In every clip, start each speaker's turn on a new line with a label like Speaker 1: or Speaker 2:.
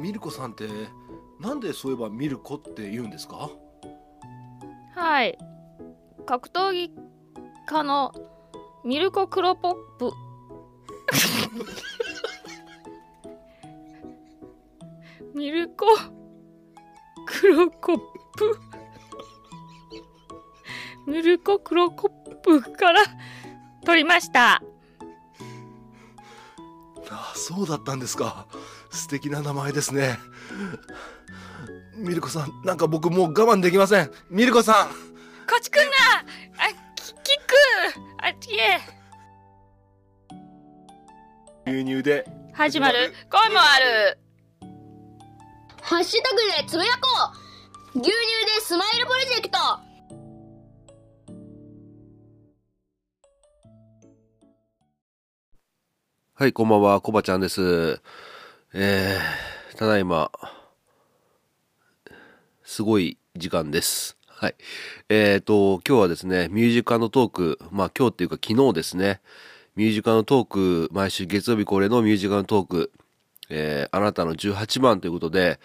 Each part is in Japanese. Speaker 1: ミルコさんってなんでそういえばミルコって言うんですか
Speaker 2: はい格闘技家のミルコ・クロポップ ミルコ・クロコップミルコ・クロコップから取りました
Speaker 1: あそうだったんですか素敵な名前ですねミルコさんなんか僕もう我慢できませんミルコさん
Speaker 2: こちくんなあききくあいえ
Speaker 1: 牛乳で
Speaker 2: 始まる 声もある
Speaker 3: ハッシュタグでつぶやこう牛乳でスマイルプロジェクト
Speaker 4: はい、こんばんは、コバちゃんです。えー、ただいま、すごい時間です。はい。えーと、今日はですね、ミュージカルトーク、まあ今日っていうか昨日ですね、ミュージカルトーク、毎週月曜日恒例のミュージカルトーク、えー、あなたの18番ということで、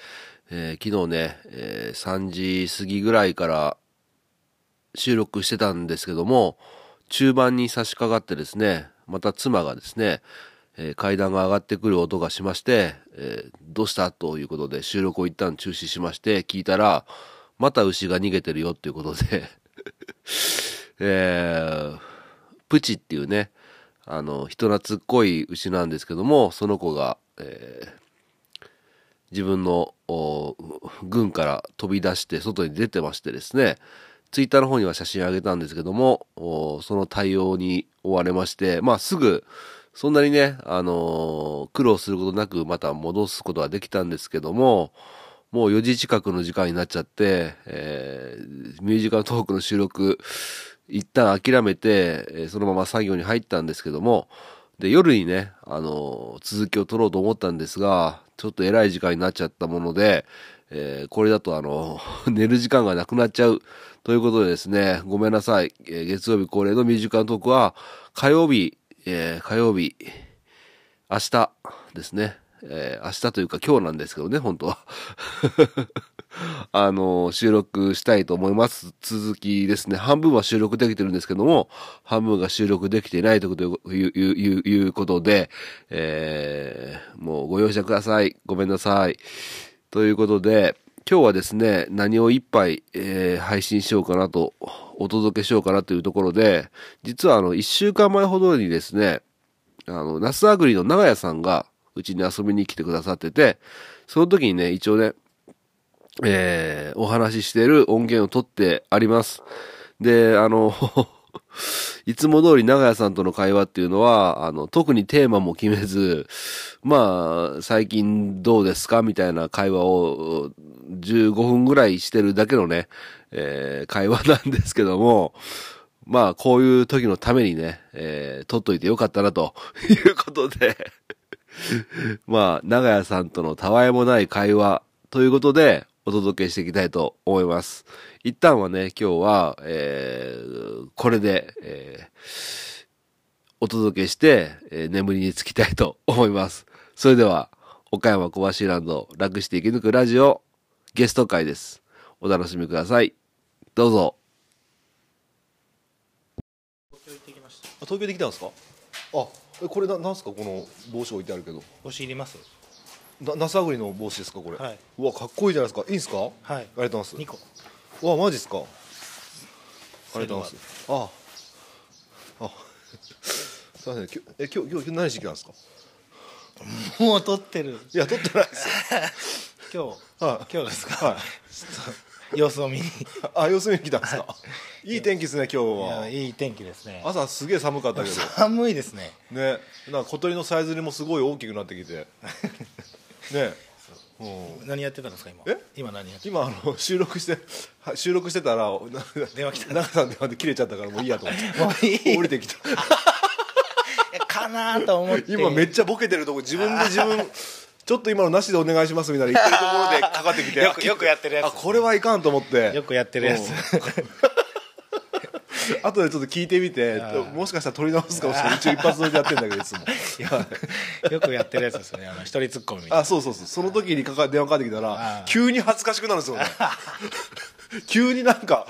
Speaker 4: えー昨日ね、えー3時過ぎぐらいから収録してたんですけども、中盤に差し掛かってですね、また妻がですね、えー階段が上がってくる音がしまして、えーどうしたということで収録を一旦中止しまして聞いたら、また牛が逃げてるよっていうことで、 えープチっていうね、あの、人懐っこい牛なんですけども、その子が、えー自分のお軍から飛び出して外に出てましてですねツイッターの方には写真あげたんですけどもおその対応に追われましてまあすぐそんなにね、あのー苦労することなくまた戻すことはできたんですけどももう4時近くの時間になっちゃって、えーミュージカルトークの収録一旦諦めて、えーそのまま作業に入ったんですけどもで、夜にね、あのー続きを撮ろうと思ったんですが、ちょっと偉い時間になっちゃったもので、えーこれだとあのー 寝る時間がなくなっちゃう。ということでですね、ごめんなさい。えー月曜日恒例のミュージカルトークは、火曜日、えー火曜日、明日ですね。えー明日というか今日なんですけどね、本当は。 あの、収録したいと思います。続きですね。半分は収録できてるんですけども、半分が収録できていないということいういういういうことで、えーもうご容赦ください。ごめんなさい。ということで、今日はですね、何を一杯、えー配信しようかなと、お届けしようかなというところで、実はあの、一週間前ほどにですね、あの、ナスアグリの長屋さんが、うちに遊びに来てくださってて、その時にね、一応ね、えーお話ししている音源を取ってあります。で、あの、 いつも通り長屋さんとの会話っていうのは、あの、特にテーマも決めず、まあ、最近どうですかみたいな会話を15分ぐらいしてるだけのね、えー会話なんですけども、まあ、こういう時のためにね、えー撮っといてよかったな、ということで。 まあ、長屋さんとのたわいもない会話ということで、お届けしていきたいと思います。一旦はね、今日は、えー、これで、えーお届けして、えー眠りにつきたいと思います。それでは、岡山小橋ランド、楽して生き抜くラジオ、ゲスト会です。お楽しみください。どうぞ。
Speaker 1: 東京で来たんですかあえこれななんすかこの帽子置いてあるけど
Speaker 5: お尻入れます
Speaker 1: なナサグリの帽子ですかこれ、
Speaker 5: はい、
Speaker 1: うわかっこいいじゃないですかいいんすか、あ
Speaker 5: はい
Speaker 1: りがとうござい
Speaker 5: 2
Speaker 1: ま
Speaker 5: 個
Speaker 1: すうわマジっすかありがとうございますああ あすいませんきょえ今日今日何しに来たんですか
Speaker 5: もう撮ってる
Speaker 1: いや撮ってないです
Speaker 5: 今日
Speaker 1: はい
Speaker 5: 今日ですか、
Speaker 1: は
Speaker 5: 様子を見に
Speaker 1: いあ様子見に来たんですか、い、い天気ですね今日
Speaker 5: い
Speaker 1: は
Speaker 5: やいい天気ですね
Speaker 1: 朝すげえ寒かったけど
Speaker 5: 寒いですね
Speaker 1: ねなんか小鳥のさえずりもすごい大きくなってき てねうん
Speaker 5: 何やってたんですか今
Speaker 1: え
Speaker 5: 今何やって
Speaker 1: 今あの収録して は収録してたらな
Speaker 5: 電話来た
Speaker 1: 長さん電話で切れちゃったからもういいやと思って
Speaker 5: もうい い
Speaker 1: 降りてきた
Speaker 5: かなと思って
Speaker 1: 今めっちゃボケてるとこ自分で自分ちょっと今のなしでお願いしますみたいな言ってるところでかかってきて
Speaker 5: よくよくやってるやつ
Speaker 1: あこれはいかんと思って
Speaker 5: よくやってるやつ
Speaker 1: うん後でちょっと聞いてみて
Speaker 5: あー
Speaker 1: もしかしたら取り直すかもしれない一応一発撮りでやってんだけどいつも
Speaker 5: よくやってるやつですよねあの一人ツッコミみたい
Speaker 1: あそうそうそうその時にかか電話かかってきた
Speaker 5: あー
Speaker 1: ら急に恥ずかしくなるんですよね急になんか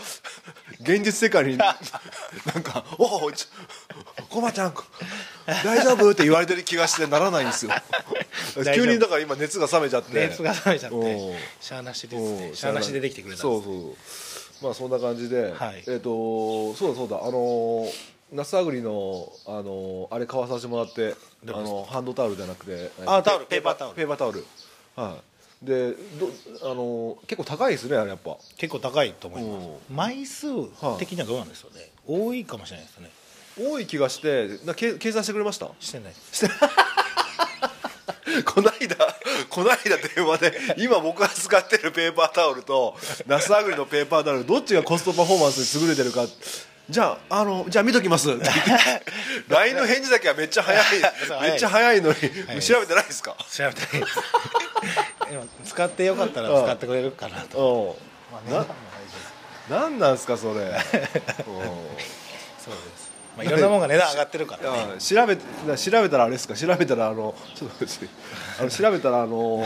Speaker 1: 現実世界になんか「おおちょコバちゃん大丈夫?」って言われてる気がしてならないんです よ
Speaker 5: 丈夫
Speaker 1: 急にだから今熱が冷めちゃって
Speaker 5: な熱が冷めちゃっ
Speaker 1: お
Speaker 5: て
Speaker 1: ー
Speaker 5: しゃあなしです
Speaker 1: お
Speaker 5: ねしゃあなしでできてくれたん
Speaker 1: そう
Speaker 5: です
Speaker 1: そうまあそんな感じで、
Speaker 5: はい
Speaker 1: えっ、とそうだそうだあのナスアグリのあのあれ買わさせてもらってあのハンドタオルじゃなくて
Speaker 5: あタオルペーパータオル
Speaker 1: ペーパータオルはいでどあの結構高いですねあれやっぱ
Speaker 5: 結構高いと思います
Speaker 1: お
Speaker 5: 枚数的にはどうなんですよね多いかもしれないですね
Speaker 1: 多い気がしてなけ計算してくれました
Speaker 5: してないです
Speaker 1: こないだ こないだ電話で今僕が使ってるペーパータオルとナスアグリのペーパータオルどっちがコストパフォーマンスに優れてるかじゃああのじゃあ見ときます LINE の返事だけはめっちゃ 早いめっちゃ早いのに
Speaker 5: い
Speaker 1: 調べてないですか
Speaker 5: 調べてないです でも使ってよかったら使ってくれるかなと
Speaker 1: お
Speaker 5: まあ
Speaker 1: ななんなんですかそれ
Speaker 5: そうです、まあ、いろんなものが値段上がってるからね
Speaker 1: あ調べ調べたらあれですか調べたらあのちょっと待ってあの調べたらあ の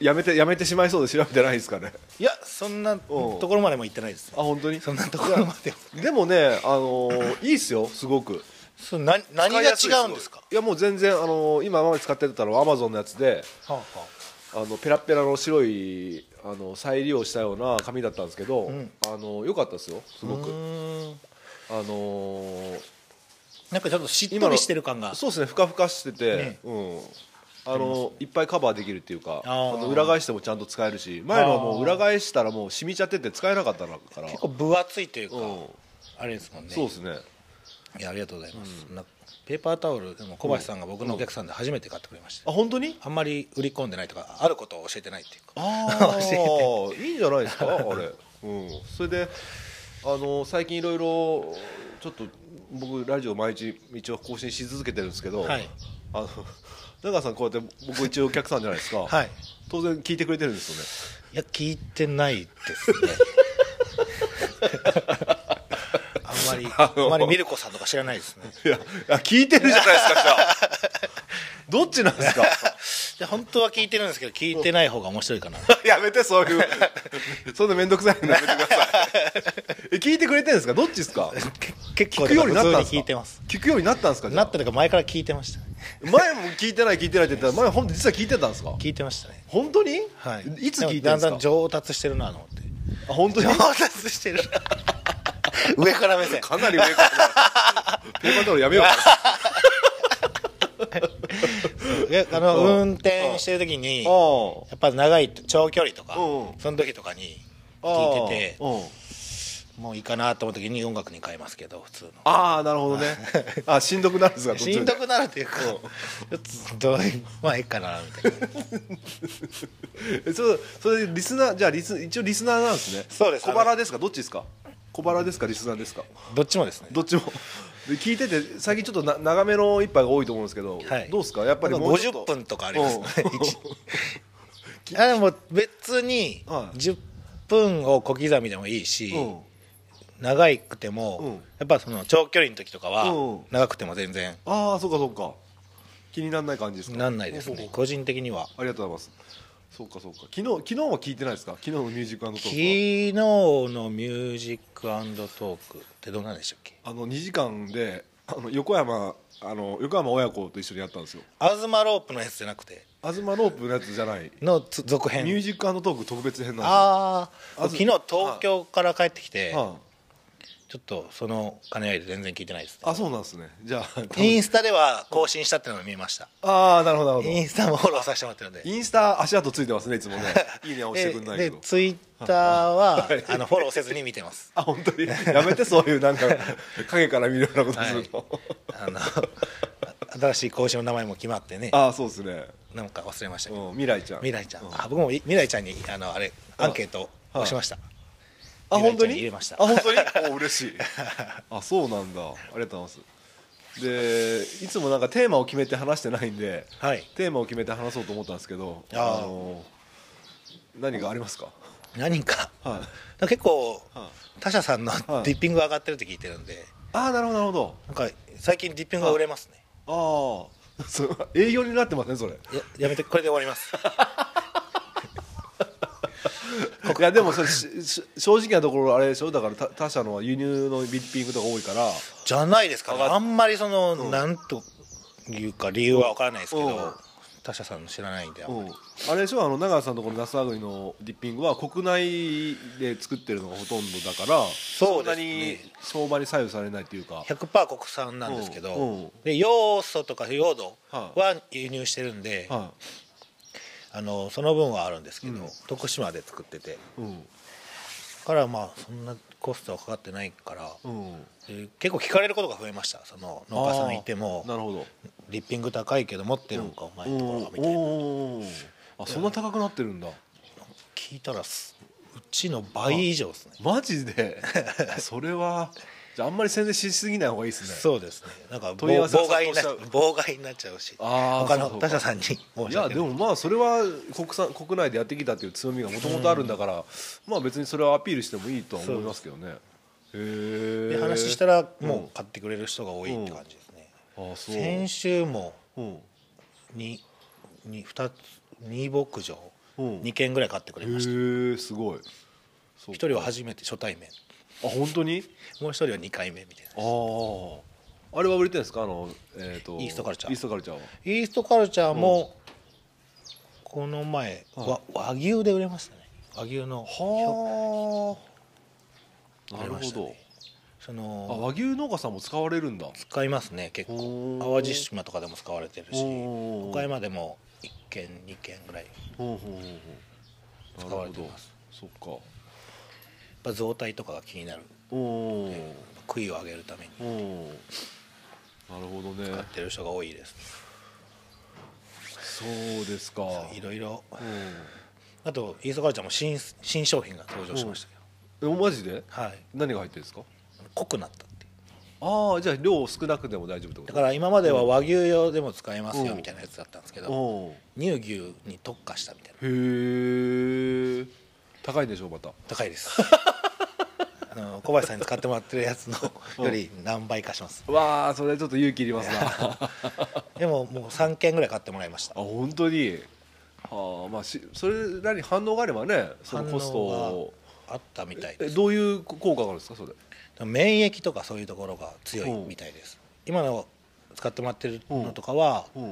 Speaker 1: やめてやめてしまいそうで調べてないですかね
Speaker 5: いやそんなと
Speaker 1: おう
Speaker 5: ころまでも行ってないです
Speaker 1: あ本当に
Speaker 5: そんなところまでも
Speaker 1: でもね、あのーいいっすよ、すごく。
Speaker 5: そうな何が違うんですか
Speaker 1: いや、もう全然、あのー今まで使ってたのはアマゾンのやつで、
Speaker 5: はあはあ
Speaker 1: あのペラッペラの白いあの再利用したような紙だったんですけど、
Speaker 5: ん
Speaker 1: あの良かったですよ、すご
Speaker 5: う
Speaker 1: く。
Speaker 5: ーん
Speaker 1: あのー
Speaker 5: なんかちょっとしっ
Speaker 1: 今
Speaker 5: と
Speaker 1: の
Speaker 5: りしてる感が
Speaker 1: そうですね、ふかふかしてて、
Speaker 5: ね
Speaker 1: うん。あのいっぱいカバーできるっていうか
Speaker 5: あー
Speaker 1: あの裏返してもちゃんと使えるし前のはもう裏返したらもう染みちゃってて使えなかったから
Speaker 5: 結構分厚いというか、
Speaker 1: うん
Speaker 5: あれですもんね
Speaker 1: そうですね
Speaker 5: いやありがとうございます、なペーパータオルでも小橋さんが僕のお客さんで初めて買ってくれました、
Speaker 1: あ本当 に
Speaker 5: あんまり売り込んでないとかあることを教えてないっていうか
Speaker 1: ああいいんじゃないですかあれ、うん、それであの最近いろいろちょっと僕ラジオ毎日一応更新し続けてるんですけど、
Speaker 5: はい
Speaker 1: あの長谷さんこうやって僕一応お客さんじゃないですか、
Speaker 5: はい
Speaker 1: 当然聞いてくれてるんです
Speaker 5: いや聞いてないで すねあんまりあんまりミルコさんとか知らないですね
Speaker 1: よねいやいや聞いてるじゃないですかじゃ あどっちなんですか
Speaker 5: いや本当は聞いてるんですけど聞いてない方が面白いかな
Speaker 1: やめてそういう そんな面倒くさいのやめてください え聞いてくれてるんですかどっちですか
Speaker 5: 結
Speaker 1: 聞
Speaker 5: 構
Speaker 1: く
Speaker 5: で
Speaker 1: よ
Speaker 5: も
Speaker 1: うに
Speaker 5: 普
Speaker 1: なったん
Speaker 5: 通
Speaker 1: です
Speaker 5: に聞
Speaker 1: か
Speaker 5: いてます
Speaker 1: 聞くようになったんですかじゃ
Speaker 5: な
Speaker 1: あ
Speaker 5: ったというか前から聞いてましたね
Speaker 1: 前も聞いてない聞いてないって言ったら前本当実は聞いてたんですか
Speaker 5: 聞いてましたね
Speaker 1: 本当に、
Speaker 5: はい
Speaker 1: いつ聞いて
Speaker 5: で
Speaker 1: るん
Speaker 5: もだ
Speaker 1: で
Speaker 5: ん
Speaker 1: す
Speaker 5: だ
Speaker 1: か
Speaker 5: ん上達してるなと思って
Speaker 1: あ本当に
Speaker 5: 上達してる上から目線
Speaker 1: か なり上からペーパータオルやめよう か
Speaker 5: いやあの運転してる時に
Speaker 1: な
Speaker 5: やっぱ長い長距離とか
Speaker 1: うんうん
Speaker 5: その時とかに
Speaker 1: あー
Speaker 5: 聞いてて
Speaker 1: うん
Speaker 5: もういいかなと思う時に音楽に変えますけど普通の
Speaker 1: ああなるほどね あしんどくなるんですか途中で
Speaker 5: しんどくなるというかちょっとどういうまあいいかなみたいな
Speaker 1: えそうそれでリスナーじゃあリス一応リスナーなんですね
Speaker 5: そうです
Speaker 1: 小腹ですかどっちですか小腹ですかリスナーですか
Speaker 5: どっちもですね
Speaker 1: どっちもで聞いてて最近ちょっとな長めの一杯が多いと思うんですけど、
Speaker 5: はい
Speaker 1: どうですかやっぱり
Speaker 5: なんか
Speaker 1: もうちょっと
Speaker 5: 50分とかありますね
Speaker 1: うん
Speaker 5: 一あでも別に
Speaker 1: はい
Speaker 5: 10分を小刻みでもいいし
Speaker 1: うん
Speaker 5: 長いくて
Speaker 1: うん
Speaker 5: もやっぱその長距離の時とか
Speaker 1: う
Speaker 5: は
Speaker 1: ん
Speaker 5: 長くても全然
Speaker 1: ああそうかそうか気にならない感じですか
Speaker 5: なんないです
Speaker 1: ほうほ
Speaker 5: ね
Speaker 1: う
Speaker 5: 個人的には
Speaker 1: ありがとうございますそうかそうか昨日昨日は聞いてないですか昨日のミュージックト
Speaker 5: 昨
Speaker 1: ー
Speaker 5: 日のミュージックトークってどんなんでしたっけ
Speaker 1: クはあの2時間であの横山あの横山親子と一緒にやったんですよ
Speaker 5: 東ロープのやつじゃなくて
Speaker 1: 東ロープのやつじゃない
Speaker 5: のつ続
Speaker 1: ミュー
Speaker 5: 編
Speaker 1: ジックトーク特別編なん
Speaker 5: ああ
Speaker 1: あず
Speaker 5: 昨日東京から帰ってきて
Speaker 1: ですよ
Speaker 5: ちょっとその兼ね合いで全然聞いてないです
Speaker 1: ああそうなんですねじゃあ
Speaker 5: インスタでは更新したってのが見えました
Speaker 1: ああなるほどなるほ
Speaker 5: イ
Speaker 1: ど
Speaker 5: ンスタもフォローさせてもらってるんで
Speaker 1: インスタ足跡ついてますねい つもねいいねは押してくんないけ
Speaker 5: で
Speaker 1: ど
Speaker 5: ツイッター は
Speaker 1: はい
Speaker 5: あのフォローせずに見てます
Speaker 1: あ本当に やめてそういうなん か影から見るようなことするの、
Speaker 5: あ の新しい講師の名前も決まってね
Speaker 1: ああそうですね、
Speaker 5: なんか忘れましたけど
Speaker 1: うん、未来ちゃん
Speaker 5: 未来ちゃん
Speaker 1: う
Speaker 5: あ僕もい未来ちゃんにあのあれアンケートをしました
Speaker 1: あ
Speaker 5: 未
Speaker 1: 本
Speaker 5: 来ち
Speaker 1: 当
Speaker 5: ゃん
Speaker 1: に
Speaker 5: に入れました
Speaker 1: あ本当にお嬉しい あそうなんだありがとうございますでいつもなんかテーマを決めて話してないんで、
Speaker 5: はい
Speaker 1: テーマを決めて話そうと思ったんですけど
Speaker 5: あー
Speaker 1: の何がありますか
Speaker 5: 何人か
Speaker 1: はい
Speaker 5: なんか結構
Speaker 1: はい
Speaker 5: 他社さんの
Speaker 1: はい
Speaker 5: ディッピングが上がってるって聞いてるんで
Speaker 1: ああ なるほどなるほ
Speaker 5: なんか最近ディッピングが売れますね
Speaker 1: どああ そう営業になってますねそれ
Speaker 5: ややめてこれで終わります
Speaker 1: いやでもそれしし正直なところあれでしょだから他他社のは輸入のビッピングとか多いから
Speaker 5: じゃないですかねあんまりその、なんというか理由は分からないですけど、
Speaker 1: うん
Speaker 5: 他社さんの知らないんであんまり
Speaker 1: うんあれでしょあの長瀬さんのところのナスアグリのディッピングは国内で作ってるのがほとんどだから
Speaker 5: そ
Speaker 1: ん
Speaker 5: う
Speaker 1: な
Speaker 5: です
Speaker 1: に
Speaker 5: ね
Speaker 1: 相場に左右されないっていうか
Speaker 5: 100%国産なんですけど、
Speaker 1: うんうん
Speaker 5: で要素とか用土
Speaker 1: はい
Speaker 5: は輸入してるんで、
Speaker 1: は
Speaker 5: あのその分はあるんですけど、
Speaker 1: うん
Speaker 5: 徳島で作っててだ
Speaker 1: いうん
Speaker 5: からまあそんなコストはかかってないから、
Speaker 1: うん
Speaker 5: で結構聞かれることが増えましたその農家さんいても
Speaker 1: なるほど
Speaker 5: リッピング高いけど持ってるのかお前のところがみたいな
Speaker 1: おーあそんな高くなってるんだ
Speaker 5: 聞いたらすうちの倍以上ですね
Speaker 1: マジで それはじゃああんまり宣伝しすぎない方がいいですね
Speaker 5: そうですね。なんかぼ
Speaker 1: 問い合わせが
Speaker 5: 妨害にな
Speaker 1: 殺到し
Speaker 5: 妨害になっちゃうし、
Speaker 1: あーそ
Speaker 5: 他
Speaker 1: う
Speaker 5: の
Speaker 1: そう
Speaker 5: 他社さんに申
Speaker 1: い
Speaker 5: し訳な
Speaker 1: や
Speaker 5: い。
Speaker 1: でもまあそれは国産国内でやってきたっていう強みがもともとあるんだから、まあ別にそれはアピールしてもいいとは思いますけどねへえ
Speaker 5: で話したらもう買ってくれる人が多いって感じですね。
Speaker 1: ああそう、
Speaker 5: 先週も
Speaker 1: うん、
Speaker 5: にに二つ二牧場
Speaker 1: うん
Speaker 5: 二件ぐらい買ってくれました。
Speaker 1: へえすごい一
Speaker 5: 一人は初めて初対面、
Speaker 1: あ本当に
Speaker 5: もう一人は二回目みたい
Speaker 1: あ
Speaker 5: な。
Speaker 1: ああれは売れてるんですかあのえっ、と
Speaker 5: イーストカルチャー
Speaker 1: イーストカルチャーは
Speaker 5: イーストカルチャーもこの前
Speaker 1: は
Speaker 5: わ和牛で売れましたね。和牛の
Speaker 1: はあ
Speaker 5: 売
Speaker 1: な
Speaker 5: れ
Speaker 1: る
Speaker 5: ま
Speaker 1: ほ
Speaker 5: した
Speaker 1: ど
Speaker 5: ねそ
Speaker 1: あ
Speaker 5: の
Speaker 1: 和牛農家さんも使われるんだ
Speaker 5: 使いますね結構
Speaker 1: おー
Speaker 5: 淡路島とかでも使われてるし
Speaker 1: おー
Speaker 5: 岡山でも1軒2軒ぐらい
Speaker 1: ほうほうほうほう
Speaker 5: 使われてます
Speaker 1: なるほどそっか
Speaker 5: やっぱ造体とかが気になる
Speaker 1: おおー、
Speaker 5: 杭を上げるために
Speaker 1: おおなるほど
Speaker 5: 使っ
Speaker 1: ね
Speaker 5: てる人が多いです
Speaker 1: そうですか
Speaker 5: いろいろ
Speaker 1: う
Speaker 5: あとイーストカルチャーも新新商品が登場しましたけど
Speaker 1: んえマジで
Speaker 5: はい
Speaker 1: 何が入ってるんですか
Speaker 5: 濃くなったっていう
Speaker 1: ああじゃあ量少なくても大丈夫ってこと
Speaker 5: だから今までは和牛用でも使えますよ
Speaker 1: うん
Speaker 5: みたいなやつだったんですけど
Speaker 1: おお
Speaker 5: 乳牛に特化したみたい
Speaker 1: へ
Speaker 5: な
Speaker 1: え高いんでしょまた
Speaker 5: 高いで すあの小林さんに使ってもらってるやつのより何倍かします
Speaker 1: わあそれちょっと勇気いりますなあ
Speaker 5: でももう3軒ぐらい買ってもらいました
Speaker 1: 本当にはあまあしそれらに反応があればねそのコストを
Speaker 5: 反応があったみたい
Speaker 1: え
Speaker 5: です
Speaker 1: どういう効果があるんですかそれ
Speaker 5: 免疫とかそういうところが強いみたいです、今の使ってもらってるのとかは、
Speaker 1: うん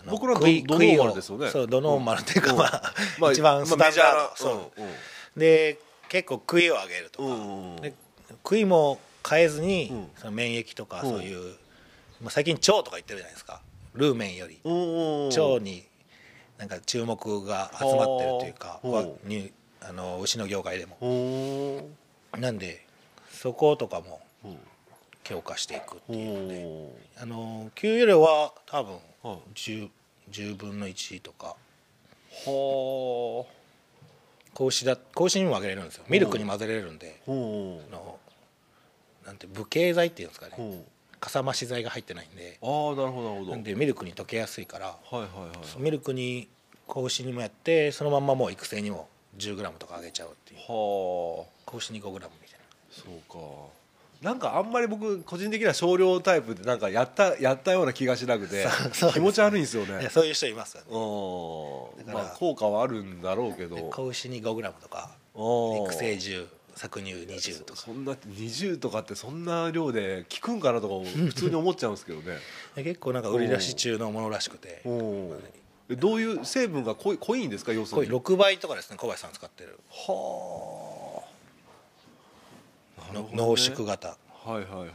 Speaker 5: あの
Speaker 1: 僕らはド
Speaker 5: 杭
Speaker 1: ドノーマル
Speaker 5: 杭を
Speaker 1: ですよね
Speaker 5: そうドノーマルっていうか、まあ
Speaker 1: まあ
Speaker 5: 一番スタンダード、そ
Speaker 1: うんうん
Speaker 5: うで結構杭を上げるとか、
Speaker 1: うんうん
Speaker 5: で杭も変えずに、
Speaker 1: うん
Speaker 5: その免疫とか
Speaker 1: うん
Speaker 5: そういう、まあ、最近腸とか言ってるじゃないですかルーメンより
Speaker 1: うんうん
Speaker 5: 腸になんか注目が集まってるというか、
Speaker 1: うん
Speaker 5: わにあの牛の業界でも
Speaker 1: ほー
Speaker 5: なんでそことかも
Speaker 1: うん
Speaker 5: 強化していくっていう
Speaker 1: ほ
Speaker 5: あの給与量は多分
Speaker 1: はい
Speaker 5: 10, 10分の1とか
Speaker 1: ーは
Speaker 5: 子牛だ子牛にもあげれるんですよミルクに混ぜれるんで
Speaker 1: ーほ
Speaker 5: あのなんて無形剤っていうんですか
Speaker 1: ー
Speaker 5: ね
Speaker 1: ほ
Speaker 5: かさ増し剤が入ってないんで
Speaker 1: ーああなるほどなるほど
Speaker 5: なんでミルクに溶けやすいから
Speaker 1: はいはいはい
Speaker 5: ミルクに子牛にもやってそのまんまもう育成にも 10g とかあげちゃうっていう
Speaker 1: はあ
Speaker 5: 子牛に 5g みたいな
Speaker 1: そうかなんかあんまり僕個人的な少量タイプでなんかやったやったような気がしなくて
Speaker 5: そう
Speaker 1: 気持ち悪いんですよ
Speaker 5: いや
Speaker 1: ね
Speaker 5: そういう人いますよね
Speaker 1: うん
Speaker 5: だか
Speaker 1: ま
Speaker 5: ら
Speaker 1: あ効果はあるんだろうけど
Speaker 5: で子牛に 5g とか
Speaker 1: うん
Speaker 5: 育成10搾乳20とか
Speaker 1: そんな20とかってそんな量で効くんかなとか普通に思っちゃうんですけ どね
Speaker 5: で結構なんか売り出し中のものらしくて
Speaker 1: うんえどういう成分が濃い濃いんですか要す
Speaker 5: こ
Speaker 1: る
Speaker 5: れ
Speaker 1: に
Speaker 5: 6倍とかですね小林さん使ってる
Speaker 1: はあ
Speaker 5: の濃縮
Speaker 1: が
Speaker 5: 型
Speaker 1: はいはいはいは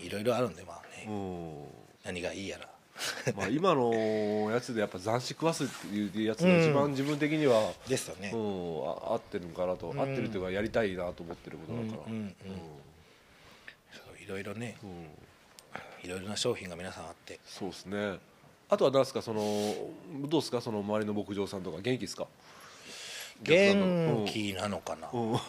Speaker 1: い
Speaker 5: いろいろあるんでまあね
Speaker 1: う
Speaker 5: 何がいいやら
Speaker 1: んまあ今のやつでやっぱ斬新食わすっていうやつが一番自分的には、
Speaker 5: ですよね
Speaker 1: うんあ合ってるんかなと、合ってるというかやりたいなと思ってることだから、
Speaker 5: うんうんうんそういろいろね
Speaker 1: うん
Speaker 5: いろいろな商品が皆さんあって
Speaker 1: そうですねあとは何ですかそのどうですかその周りの牧場さんとか元気ですか
Speaker 5: 元気なのかな
Speaker 1: うん なんか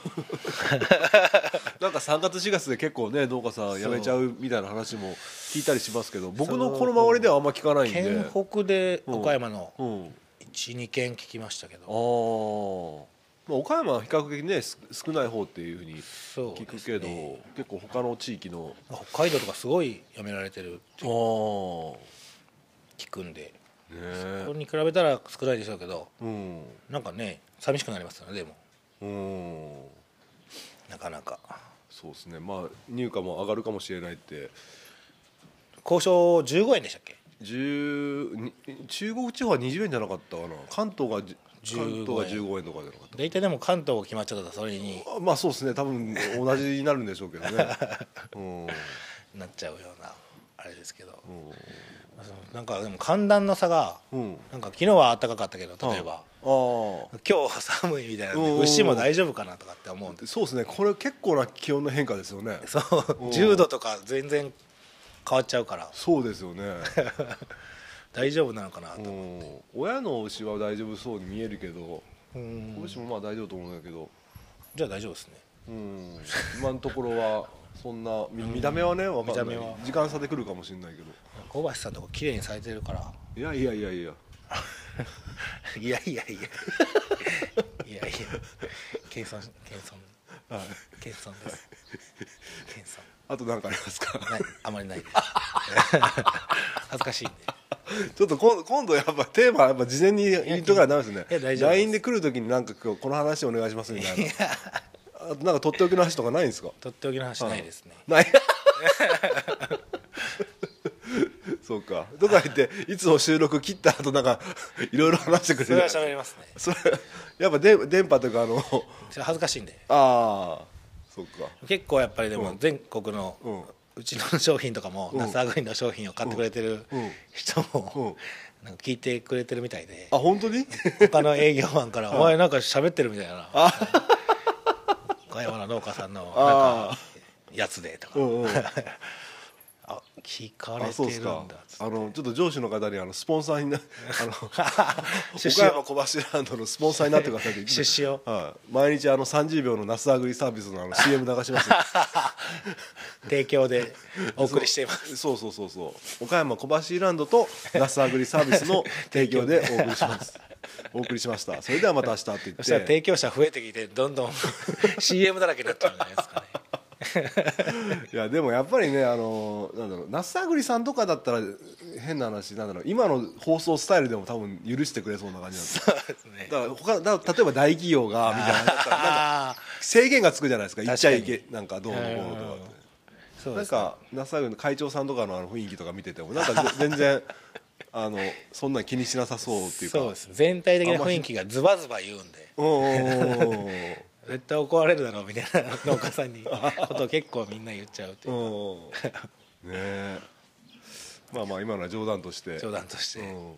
Speaker 1: 3月4月で結構ね農家さん辞めちゃうみたいな話も聞いたりしますけど僕のこの周りではあんま聞かないんで
Speaker 5: 県北で
Speaker 1: うん
Speaker 5: 岡山の
Speaker 1: うん、あ
Speaker 5: 12軒聞きましたけど
Speaker 1: あまあ、岡山は比較的ねす少ない方っていうふうに
Speaker 5: そう
Speaker 1: 聞くけど、結構他の地域の
Speaker 5: 北海道とかすごいやめられてるって
Speaker 1: あ
Speaker 5: 聞くんで
Speaker 1: あね
Speaker 5: これに比べたら少ないでしょうけど
Speaker 1: うん
Speaker 5: なんかね寂しくなりますよねでも
Speaker 1: うん
Speaker 5: なかなか
Speaker 1: そうですねまあ入荷も上がるかもしれないって
Speaker 5: 交渉15円でしたっけ
Speaker 1: 10に中国地方は20円じゃなかったかな関東がじ関
Speaker 5: 15円
Speaker 1: 東が15円とかじゃなかっ
Speaker 5: 大体でも関東決まっちゃったらそれに
Speaker 1: たあまあそうですね多分同じになるんでしょうけど ねうん、うん、
Speaker 5: なっちゃうようなあれですけどなんかでも寒暖の差が
Speaker 1: うん
Speaker 5: なんか昨日は暖かかったけど例えば
Speaker 1: ああ
Speaker 5: 今日は寒いみたいなん
Speaker 1: うん
Speaker 5: で
Speaker 1: うん
Speaker 5: 牛も大丈夫かなとかって思うんで
Speaker 1: そうですねこれ結構な気温の変化ですよね
Speaker 5: そう10度とか全然変わっちゃうから
Speaker 1: そうですよね
Speaker 5: 大丈夫なのかな
Speaker 1: う
Speaker 5: と
Speaker 1: ん親の牛は大丈夫そうに見えるけど
Speaker 5: うん
Speaker 1: 子牛もまあ大丈夫と思うんだけど
Speaker 5: じゃあ大丈夫ですね
Speaker 1: うん今のところはそんなみ見た目はね分かんな
Speaker 5: 見
Speaker 1: い
Speaker 5: た目は
Speaker 1: 時間差で来るかもしれないけど
Speaker 5: 小橋さんとこ綺麗にされてるから
Speaker 1: いやいやいやいや
Speaker 5: いやいやいやいやいや謙遜謙遜
Speaker 1: はい
Speaker 5: 謙遜です謙遜
Speaker 1: あと何かありますか
Speaker 5: ないあまりない です恥ずかしいんで
Speaker 1: ちょっと今度今度やっぱテーマやっぱ事前に言っとかないですね
Speaker 5: いや大丈夫です
Speaker 1: LINE で来る時になんか今日この話お願いしますみたいなあとなんかとっておきの話とかないんですか
Speaker 5: とっておきの話ないですね、
Speaker 1: ない そうかとか言っていつも収録切った後なんかいろいろ話してくれる
Speaker 5: それは喋りますね
Speaker 1: それやっぱで電波というかあの
Speaker 5: それ恥ずかしいんで
Speaker 1: ああそうか
Speaker 5: 結構やっぱりでも全国の、
Speaker 1: う
Speaker 5: うんちの商品とかも、
Speaker 1: うん
Speaker 5: ナスアグリの商品を買ってくれてる
Speaker 1: うん
Speaker 5: 人も、
Speaker 1: う
Speaker 5: なんか聞いてくれてるみたいで、
Speaker 1: あ本当に
Speaker 5: 他の営業マンから「お前なんか喋ってるみたいな岡山の農家さんのな
Speaker 1: あ
Speaker 5: んかやつで」とか
Speaker 1: うんうん
Speaker 5: 「あ聞かれ
Speaker 1: あそう
Speaker 5: て
Speaker 1: で
Speaker 5: る
Speaker 1: す
Speaker 5: ん
Speaker 1: か
Speaker 5: だ」つって
Speaker 1: あのちょっと上司の方にあのスポンサ ーになあの岡
Speaker 5: 出資を
Speaker 1: 山小橋ランドのスポンサーになってくださいって言って
Speaker 5: 出資を
Speaker 1: はい、毎日あの30秒のナスアグリサービスのあの CM 流し ます
Speaker 5: 提 供でお送りしています
Speaker 1: そうそうそうそう岡山小橋ランドとナスアグリサービス の提供でお送りしますお送りしましたそれではまた明日って言
Speaker 5: そしたら
Speaker 1: って
Speaker 5: 提供者増えてきてどんど ん CM だらけになっちゃうんじゃないですかね
Speaker 1: いやでもやっぱりねあのなんだろうナスアグリさんとかだったら変な話なんだろう今の放送スタイルでも多分許してくれそうな感じなんです
Speaker 5: そうで すね
Speaker 1: だから他だ例えば大企業がみたいなだったらなんか
Speaker 5: ああ
Speaker 1: 制限がつくじゃないですか言っちゃい
Speaker 5: 確
Speaker 1: けなんかどうのこうのとかって。
Speaker 5: そう
Speaker 1: な
Speaker 5: で
Speaker 1: ん
Speaker 5: すね
Speaker 1: かナスアグリの会長さんとかのあの雰囲気とか見ててもなんかぜ 全然あのそんなん気にしなさそうっていうか
Speaker 5: そうですね全体的な雰囲気がズバズバ言うんで
Speaker 1: うんうんうんうん
Speaker 5: 絶対怒られるだろうみたいな 農家さんにことを結構みんな言っちゃうっていう
Speaker 1: うんねえまあまあ今のは冗談として
Speaker 5: 冗談として
Speaker 1: うん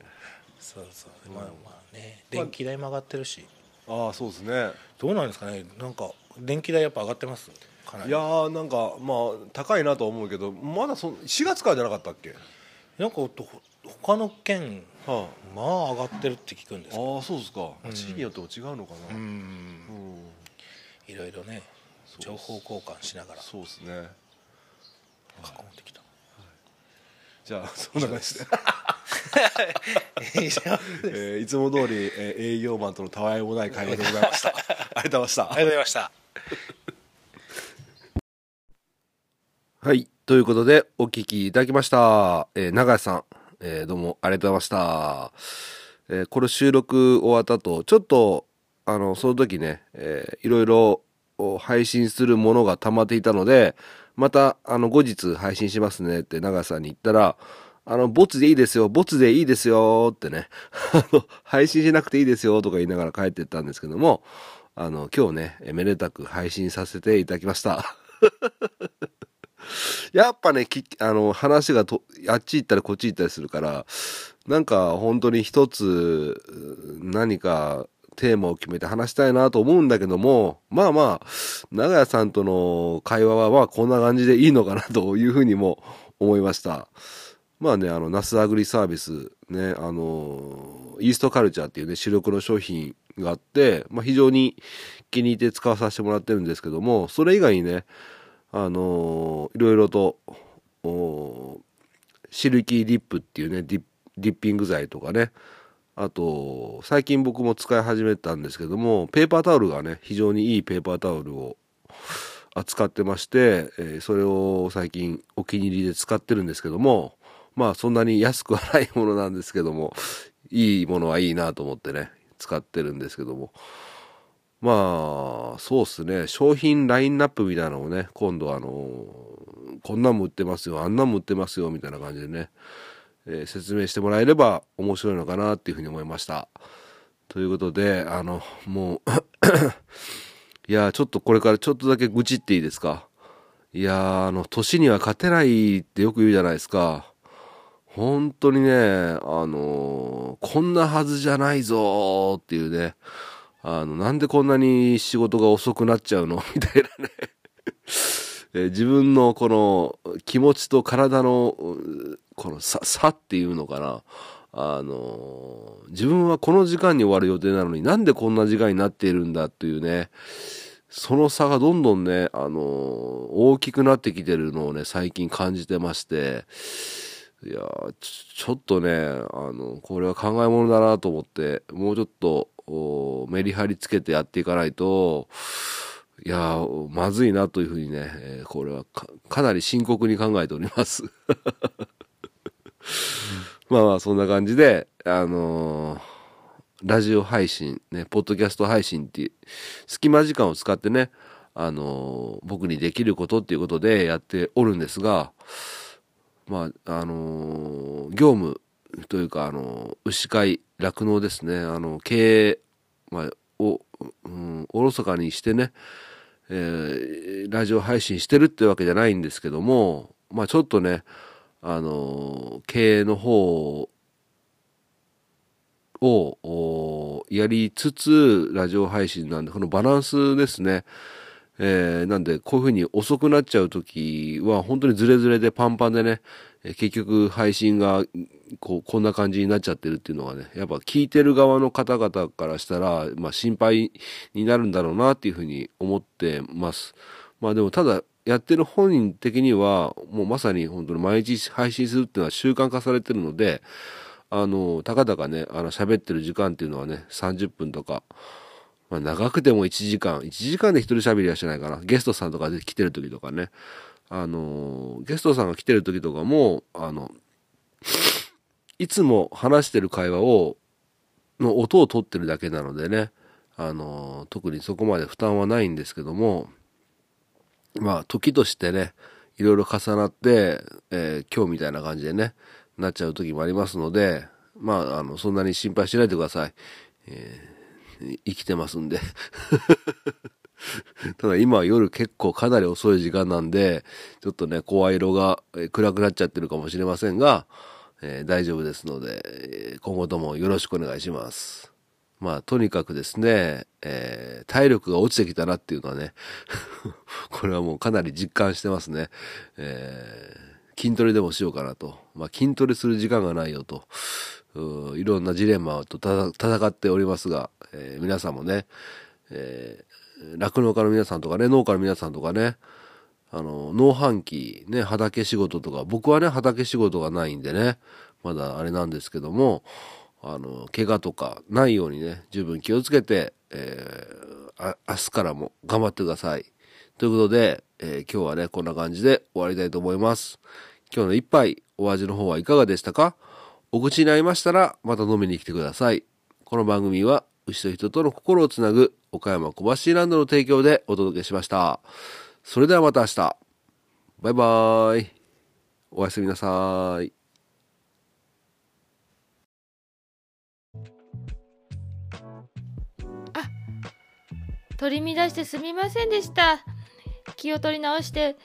Speaker 5: そうそうまあまあね電気代も上がってるし
Speaker 1: ああそうですね
Speaker 5: どうなんですかねなんか電気代やっぱ上がってますかないり
Speaker 1: やーなんかまあ高いなとは思うけどまだそ4月からじゃなかったっけ、
Speaker 5: なんかほ他の県
Speaker 1: は
Speaker 5: まあ上がってるって聞くんで
Speaker 1: あ、
Speaker 5: すけど
Speaker 1: ああそうですか、地域によっても違うのかな、うん
Speaker 5: うんいろいろね情報交換しながら
Speaker 1: そうですね
Speaker 5: 囲んできた
Speaker 1: じゃあそんな感じで、
Speaker 5: 以上ありがとう
Speaker 1: えーいつも通り、えー営業マンとのたわいもない会話でございま したありがとうございました
Speaker 5: ございました
Speaker 4: はい。ということで、お聞きいただきました。えー、長谷さん、えーどうもありがとうございました。えーこれ収録終わった後、ちょっと、あの、その時ね、えーいろいろお配信するものが溜まっていたので、また、あの、後日配信しますねって長谷さんに言ったら、あの、ボツでいいですよ、ボツでいいですよってね、 あの、配信しなくていいですよとか言いながら帰ってったんですけども、あの、今日ね、えめでたく配信させていただきました。 やっぱね、きあの、話がと、あっち行ったりこっち行ったりするから、なんか本当に一つ、う何かテーマを決めて話したいなと思うんだけども、まあまあ、長屋さんとの会話はまあこんな感じでいいのかなというふうにも思いました。まあね、あの、ナスアグリサービス、ね、あの、イーストカルチャーっていうね、主力の商品があって、まあ非常に気に入って使わさせてもらってるんですけども、それ以外にね、あのーいろいろとおーシルキーディップっていうねディッディッピング剤とかねああと最近僕も使い始めたんですけどもペーパータオルがね非常にいいペーパータオルを扱ってまして、えーそれを最近お気に入りで使ってるんですけどもまあそんなに安くはないものなんですけどもいいものはいいなと思ってね使ってるんですけどもまあそうっすね商品ラインナップみたいなのをね今度あのこんなんも売ってますよあんなんも売ってますよみたいな感じでね、えー説明してもらえれば面白いのかなっていうふうに思いましたということであのもう いやーちょっとこれからちょっとだけ愚痴っていいですかいやーあの年には勝てないってよく言うじゃないですか本当にねあのーこんなはずじゃないぞーっていうねあのなんでこんなに仕事が遅くなっちゃうの みたいなね、えー自分のこの気持ちと体のうこの差差っていうのかなあのー自分はこの時間に終わる予定なのになんでこんな時間になっているんだっていうねその差がどんどんね、あのー大きくなってきてるのをね、最近感じてまして、いやーちょちょっとね、あの、これは考えものだなと思って、もうちょっと、おーメリハリつけてやっていかないと、いやーまずいなというふうにね、えーこれはかかなり深刻に考えております。まあまあ、そんな感じで、あのーラジオ配信、ね、ポッドキャスト配信っていう、隙間時間を使ってね、あのー僕にできることっていうことでやっておるんですが、まあ、あのー業務というか、あのー牛飼い、酪農ですね、あの、経営、まあ、を、うん、おろそかにしてね、えーラジオ配信してるってわけじゃないんですけども、まあちょっとね、あのー経営の方をおーやりつつラジオ配信なんでこのバランスですね、えーなんでこういうふうに遅くなっちゃう時は本当にズレズレでパンパンでねえー結局配信がこうこんな感じになっちゃってるっていうのがねやっぱ聞いてる側の方々からしたら、まあ、心配になるんだろうなっていうふうに思ってます。まあでもただやってる本人的にはもうまさに本当に毎日配信するっていうのは習慣化されてるのであのたかだかねあの喋ってる時間っていうのはね30分とか、まあ、長くても1時間1時間で一人喋りはしないかなゲストさんとかで来てる時とかねあのゲストさんが来てる時とかもあのいつも話してる会話をの音を取ってるだけなのでねあの特にそこまで負担はないんですけどもまあ時としてねいろいろ重なって、えー今日みたいな感じでねなっちゃう時もありますのでまああのそんなに心配しないでください、えー生きてますんで ただ今は夜結構かなり遅い時間なんでちょっとね声色がえー暗くなっちゃってるかもしれませんが、えー大丈夫ですので、えー今後ともよろしくお願いしますまあとにかくですね、えー体力が落ちてきたなっていうのはね これはもうかなり実感してますね、えー筋トレでもしようかなと、まあ、筋トレする時間がないよとうーいろんなジレンマとた戦っておりますが、えー皆さんもねえー酪農、家の皆さんとかね農家の皆さんとかねあの農繁期ね畑仕事とか僕はね畑仕事がないんでねまだあれなんですけどもあの怪我とかないようにね十分気をつけて、えーあ明日からも頑張ってください。ということで、えー今日はねこんな感じで終わりたいと思います。今日の一杯お味の方はいかがでしたかお口に合いましたらまた飲みに来てください。この番組は牛と人との心をつなぐ岡山小橋ランドの提供でお届けしました。それではまた明日。バイバーイ。おやすみなさーい。
Speaker 2: 取り乱してすみませんでした気を取り直して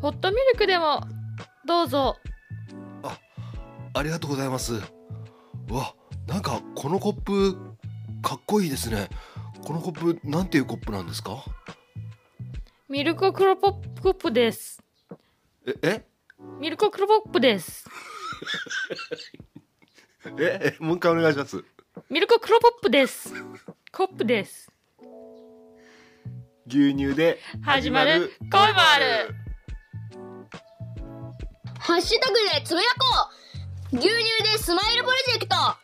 Speaker 2: ホットミルクでもどうぞ
Speaker 1: ありがとうございますうわなんかこのコップかっこいいですねこのコップなんていうコップなんですか
Speaker 2: ミルコクロポップコップです
Speaker 1: ええ
Speaker 2: ミルコクロポップです
Speaker 1: ええもう一回お願いします
Speaker 2: ミルコクロポップですコップです
Speaker 1: 牛乳で
Speaker 2: 始まる恋もある
Speaker 3: ハッシュタグでつぶやこう牛乳でスマイルプロジェクト